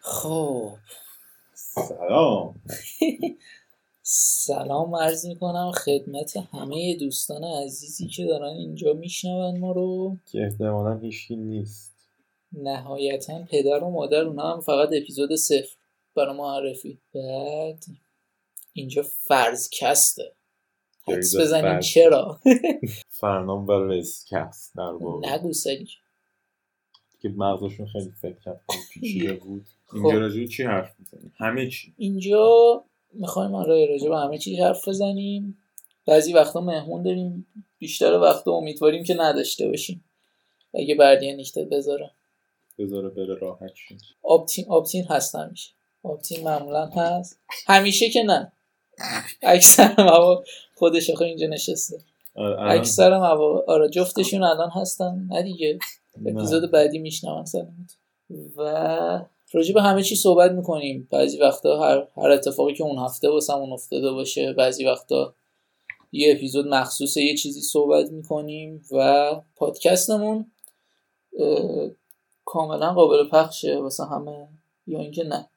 خب، سلام عرض میکنم خدمت همه دوستان عزیزی که دارن اینجا میشنون ما رو که احتمالا هیچکی نیست نهایتا پدر و مادر اونا هم فقط اپیزود صفر برای معرفی بعد اینجا فرضکسته حدس جایزه بزنیم فرض. چرا یعنی بله. فرنام و رسکست در واقع نگو سگ که مغزشون خیلی فکر کرد پیچیده بود خب. اینجا راجع به چی حرف میزنیم همه چی اینجا میخوایم آره راجع به همه چی حرف بزنیم بعضی وقتا مهمون داریم بیشتر وقتا امیدواریم که نداشته باشیم اگه بردیا نیکته بذاره بذاره بره راحت شد آپتین آپتین هست همیشه آپتین معمولا هست همیشه که نه اکثر مواقع خودش آخه اینجا نشسته آره، الان- اکثر مواقع آره جفتشون الان هستن نه دیگه نه. اپیزود بعدی میشنوم سلامت و راجع به همه چی صحبت میکنیم بعضی وقتا هر, هر اتفاقی که اون هفته واسمون افتاده باشه بعضی وقتا یه اپیزود مخصوص یه چیزی صحبت میکنیم و پادکستمون اه، کاملا قابل پخشه واسه همه یا اینکه نه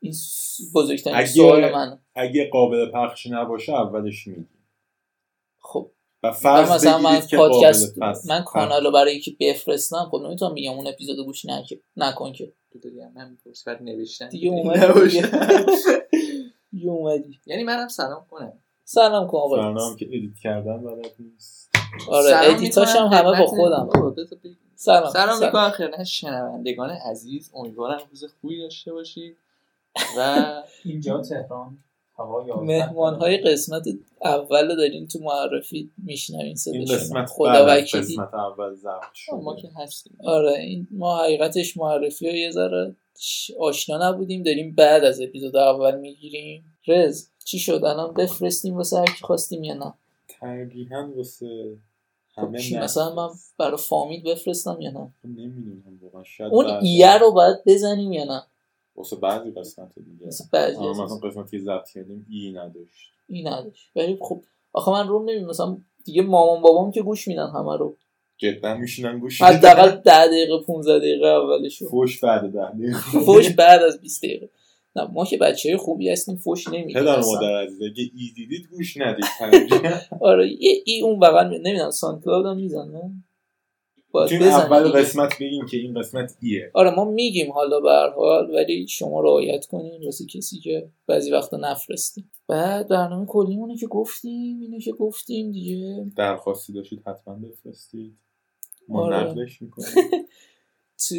این س- بزرگترین اگه- سوال من اگه قابل پخش نباشه اولش میگیم خب و من فرض مثلا من بگیرید که قابل پادکست پس من پخش- کانال رو برای یکی بفرستم خب نمیتونم میگم اون اپیزودو گوش نکن نکن که دیگه من میپرس بعد نوشتن دیگه اومد نباشه. دیگه. دیگه اومدی یعنی منم سلام کنم سلام کن آقا فرنام که ادیت کردن بلد نیست آره سلام ادیتاش هم می‌کنم همه با خدمت- خودم بابا، بذار بگم. سلام سلام میکنم خدمت شنوندگان عزیز امیدوارم روز خوبی داشته باشید و اینجا تهران هوا یازده مهمان های قسمت اول رو دارین تو معرفی میشنوین این صداشون قسمت خدا بعد از وکیلی خب، قسمت اول ضبط شده ما که هستیم آره این ما حقیقتش معرفی رو یه ذره آشنا نبودیم داریم بعد از اپیزود اول میگیریم رز چی شد الان بفرستیم واسه هر کی خواستیم یا نه ترجیحاً واسه خب همه چی؟ نه. مثلا من برای فامیل بفرستم یا نه خب نمیدونم واقعا شاید اون بعد- ایه رو باید بزنیم یا نه واسه بعضی قسمت دیگه مثل بعضی آره، از مثلا قسمتی که ضبط کردیم ای نداشت این نداشت ولی خب آخه من روم نمیدونم مثلا دیگه مامان بابام که گوش میدن همه رو جدا میشینن گوش حداقل 10 دقیقه 15 دقیقه اولشو فوش بعد ده دقیقه. فوش بعد از 20 دقیقه نه ما که بچه خوبی هستیم فوش نمیدیم پدر و مادر عزیز اگه ای دیدید گوش ندید ترجیحاً. آره یه ای اون بغل می... نمیدونم ساند کلاود هم میزنه باید چون بزنه اول دیگه. قسمت بگیم که این قسمت ایه آره ما میگیم حالا به هر حال ولی شما رعایت کنین واسه کسی که بعضی وقتا نفرستیم بعد برنامه کلیمونه که گفتیم اینو که گفتیم دیگه درخواستی داشتید حتما بفرستید ما آره. نقلش میکنیم تو-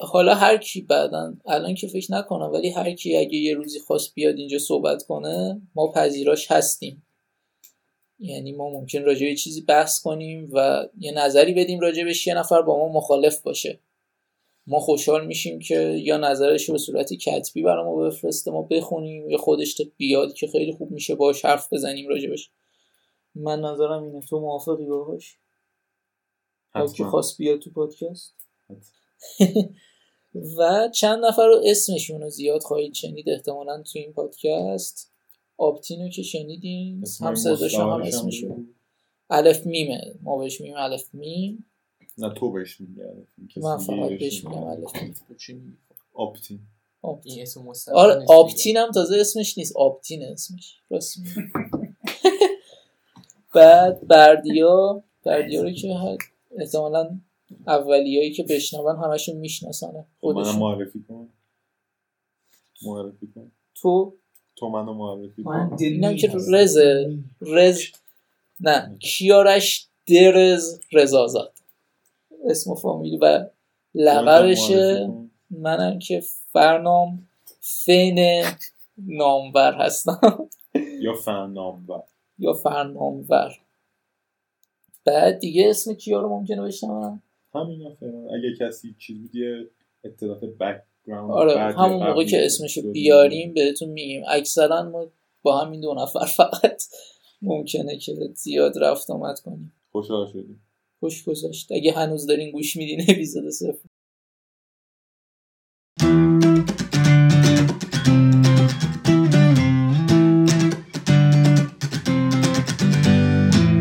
حالا هر کی بعدا الان که فکر نکنم ولی هر کی اگه یه روزی خواست بیاد اینجا صحبت کنه ما پذیراش هستیم یعنی ما ممکن راجع به یه چیزی بحث کنیم و یه نظری بدیم راجع بهش یه نفر با ما مخالف باشه ما خوشحال میشیم که یا نظرش رو به صورت کتبی برای ما بفرسته ما بخونیم یا خودش تا بیاد که خیلی خوب میشه باش حرف بزنیم راجبش من نظرم اینه تو موافقی باهاش هر کی حتما خواست بیاد تو پادکست و چند نفر رو اسمشون رو زیاد خواهید شنید احتمالا تو این پادکست آپتین رو که شنیدیم اسم هم صداشون هم مستعارش هم اسمشون بگو. الف میمه ما بهش میگیم الف میم نه تو بهش میگردم من فقط بهش میگم الف میم تو چی میگی؟ آپتین آپتین. این اسم مستقل آره آپتین هم تازه اسمش نیست آپتین اسمش راست میگی. بعد بردیا بردیا رو که هر- احتمالا اولیایی که بشنون همشون میشناسن خب منم خودشون معرفی کن معرفی کن تو تو منو معرفی من کن دلی اینم که هستم. رزه. رز نه کیارش درز رزازاد اسم و فامیل و خودت هم لقبشه معرفی کن. منم که فرنام فین نامور هستم یا فرنام و یا فرنامور بعد دیگه اسم کیا رو ممکنه بشنوم همین فعلا اگه کسی چیز بود یه اطلاعات بک‌گراند آره بعد همون موقع قبلی که اسمشو شده. بیاریم بهتون میگیم اکثرا ما با همین دو نفر فقط ممکنه که زیاد رفت آمد کنیم خوشحال شدیم خوش گذاشت اگه هنوز دارین گوش میدین اپیزود صفر